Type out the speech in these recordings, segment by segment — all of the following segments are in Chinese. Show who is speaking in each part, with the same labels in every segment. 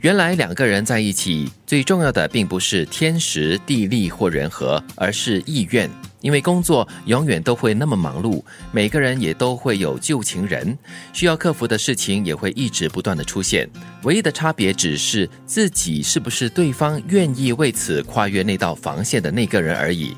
Speaker 1: 原来两个人在一起，最重要的并不是天时、地利或人和，而是意愿。因为工作永远都会那么忙碌，每个人也都会有旧情人，需要克服的事情也会一直不断的出现。唯一的差别只是自己是不是对方愿意为此跨越那道防线的那个人而已。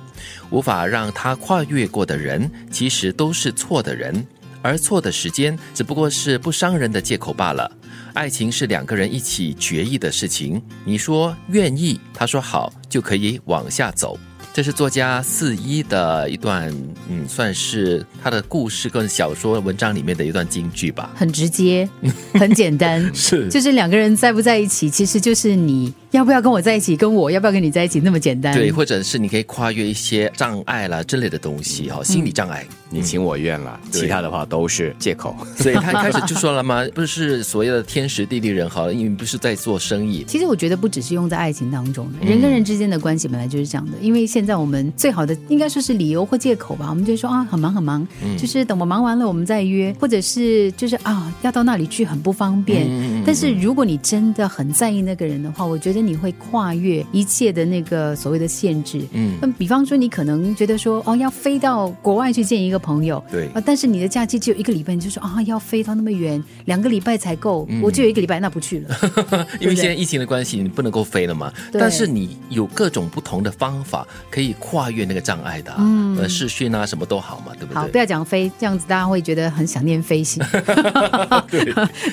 Speaker 1: 无法让他跨越过的人，其实都是错的人，而错的时间只不过是不伤人的借口罢了。爱情是两个人一起决议的事情，你说愿意，他说好，就可以往下走。这是作家四一的一段，嗯，算是他的故事跟小说文章里面的一段金句吧。
Speaker 2: 很直接，很简单，
Speaker 1: 是
Speaker 2: 就是两个人在不在一起，其实就是你要不要跟我在一起，跟我要不要跟你在一起那么简单。
Speaker 1: 对，，或者是你可以跨越一些障碍啦之类的东西哈、心理障碍。
Speaker 3: 你情我愿了，
Speaker 1: 嗯对
Speaker 3: 其他的话都是借口。
Speaker 1: 所以他一开始就说了嘛，不是所谓的天时地利人和，因为你不是在做生意，
Speaker 2: 其实我觉得不只是用在爱情当中，人跟人之间的关系本来就是这样的。因为现在我们最好的应该说是理由或借口吧，我们就说啊很忙很忙，
Speaker 1: 嗯
Speaker 2: 就是等我忙完了我们再约，或者是就是啊要到那里去很不方便。
Speaker 1: 嗯
Speaker 2: 但是如果你真的很在意那个人的话，我觉得你会跨越一切的那个所谓的限制。
Speaker 1: 嗯
Speaker 2: 那比方说你可能觉得说哦要飞到国外去见一个朋友，
Speaker 1: 对
Speaker 2: 啊，但是你的假期只有一个礼拜，你就说啊要飞到那么远，两个礼拜才够，
Speaker 1: 嗯
Speaker 2: 我只有一个礼拜，那不去了。
Speaker 1: 因为现在疫情的关系，你不能够飞了嘛。
Speaker 2: 对
Speaker 1: 但是你有各种不同的方法可以跨越那个障碍的、啊，呃，视讯啊什么都好嘛，对不
Speaker 2: 嗯好，不
Speaker 1: 对？
Speaker 2: 要讲飞，这样子大家会觉得很想念 飞行。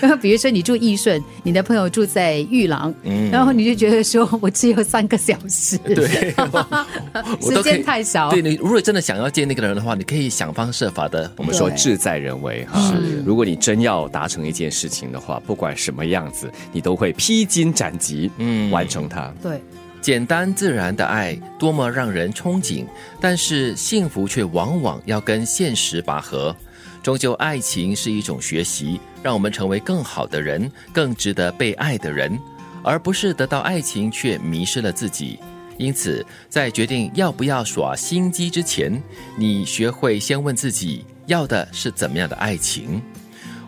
Speaker 2: 然后 比如说你住义顺，你的朋友住在玉郎，然后你就觉得说我只有三个小时，
Speaker 1: 嗯 对，我
Speaker 2: 时
Speaker 1: 都可以
Speaker 2: 间太少。
Speaker 1: 对你如果真的想要见那个人的话，你可以想方设法的。
Speaker 3: 我们说
Speaker 2: 对
Speaker 3: 志在人为哈，如果你真要达成一件事情的话，不管什么样子，你都会披荆斩棘，
Speaker 1: 嗯
Speaker 3: 嗯，完成它。
Speaker 2: 对
Speaker 1: 简单自然的爱多么让人憧憬，但是幸福却往往要跟现实拔河。终究，爱情是一种学习，让我们成为更好的人，更值得被爱的人，而不是得到爱情却迷失了自己。因此，在决定要不要耍心机之前，你学会先问自己要的是怎么样的爱情。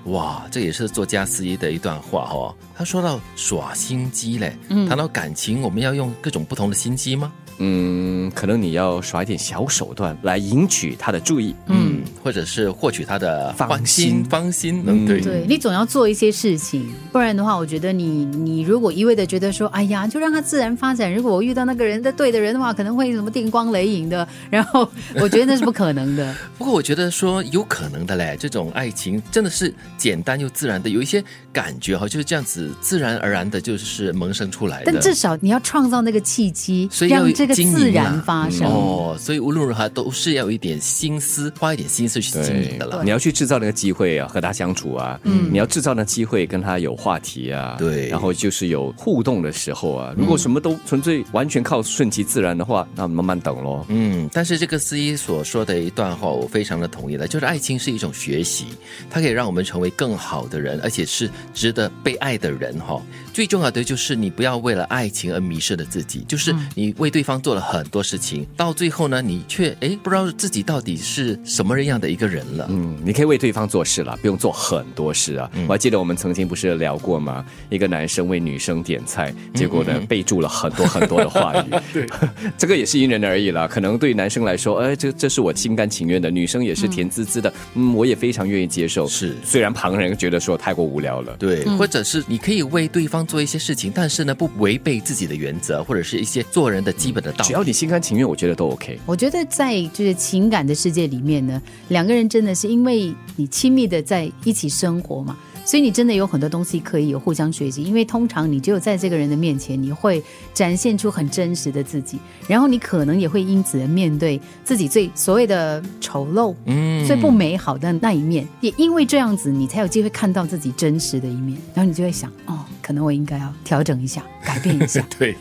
Speaker 1: 哇，这也是作家司仪的一段话哦。他说到耍心机嘞，
Speaker 2: 嗯
Speaker 1: 谈到感情，我们要用各种不同的心机吗？
Speaker 3: 嗯，可能你要耍一点小手段来赢取他的注意。
Speaker 1: 嗯，或者是获取他的
Speaker 3: 芳
Speaker 1: 欢心，
Speaker 3: 心
Speaker 1: 芳心，嗯，对，
Speaker 2: 对，你总要做一些事情，不然的话，我觉得你你如果一味的觉得说，哎呀，就让它自然发展。如果我遇到那个人的对的人的话，可能会什么电光雷影的，然后我觉得那是不可 能的。
Speaker 1: 不过我觉得说有可能的嘞，这种爱情真的是简单又自然的，有一些感觉哈，就是这样子自然而然的，就是萌生出来的。
Speaker 2: 但至少你要创造那个契机
Speaker 1: 所，以要
Speaker 2: 让这个
Speaker 1: 经营
Speaker 2: 自
Speaker 1: 啦
Speaker 2: 然发生。
Speaker 1: 哦，所以无论如何都是要有一点心思，花一点心思去经营的了。嗯
Speaker 3: 你要去制造那个机会啊，和他相处啊，你要制造那机会跟他有话题啊，
Speaker 1: 对嗯
Speaker 3: 然后就是有互动的时候啊。如果什么都纯粹完全靠顺其自然的话，那慢慢等咯。
Speaker 1: 嗯，但是这个司仪所说的一段话，我非常的同意了，就是爱情是一种学习，它可以让我们成为更好的人，而且是值得被爱的人哈、最重要的就是你不要为了爱情而迷失了自己，就是你为对方做了很多事情，到最后呢，你却哎不知道自己到底是什么样的一个人了。
Speaker 3: 嗯，你可以为对方做事了，不用做很多事啊。
Speaker 1: 嗯
Speaker 3: 我还记得我们曾经不是聊过吗？一个男生为女生点菜，结果 呢备注了很多很多的话语。对， 这个也是因人而异啦。可能对男生来说，哎，这这是我心甘情愿的，女生也是甜滋滋的，嗯，我也非常愿意接受。
Speaker 1: 是
Speaker 3: 虽然旁人觉得说太过无聊了。
Speaker 1: 对，或者是你可以为对方做一些事情，但是呢，不违背自己的原则，或者是一些做人的基本的道
Speaker 3: 只
Speaker 1: 理
Speaker 3: 要。你心甘情愿，我觉得都 OK。
Speaker 2: 我觉得在就是情感的世界里面呢，两个人真的是因为你亲密的在一起生活嘛，所以你真的有很多东西可以有互相学习。因为通常你只有在这个人的面前，你会展现出很真实的自己，然后你可能也会因此而面对自己最所谓的丑陋，
Speaker 1: 嗯
Speaker 2: 最不美好的那一面。也因为这样子，你才有机会看到自己真实的一面，然后你就会想，哦，可能我应该要调整一下，改变一下。
Speaker 3: 对，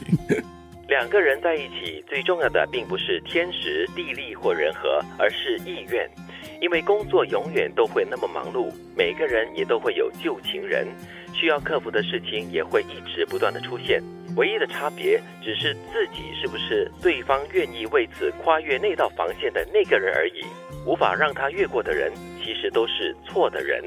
Speaker 1: 两个人在一起，最重要的并不是天时、地利或人和，而是意愿。因为工作永远都会那么忙碌，每个人也都会有旧情人，需要克服的事情也会一直不断的出现。唯一的差别只是自己是不是对方愿意为此跨越那道防线的那个人而已。无法让他越过的人，其实都是错的人。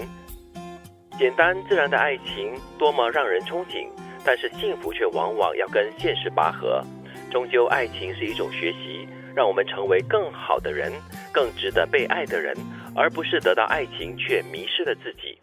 Speaker 1: 简单自然的爱情多么让人憧憬，
Speaker 4: 但是幸福却往往要跟现实拔河。终究，爱情是一种学习，让我们成为更好的人，更值得被爱的人，而不是得到爱情却迷失了自己。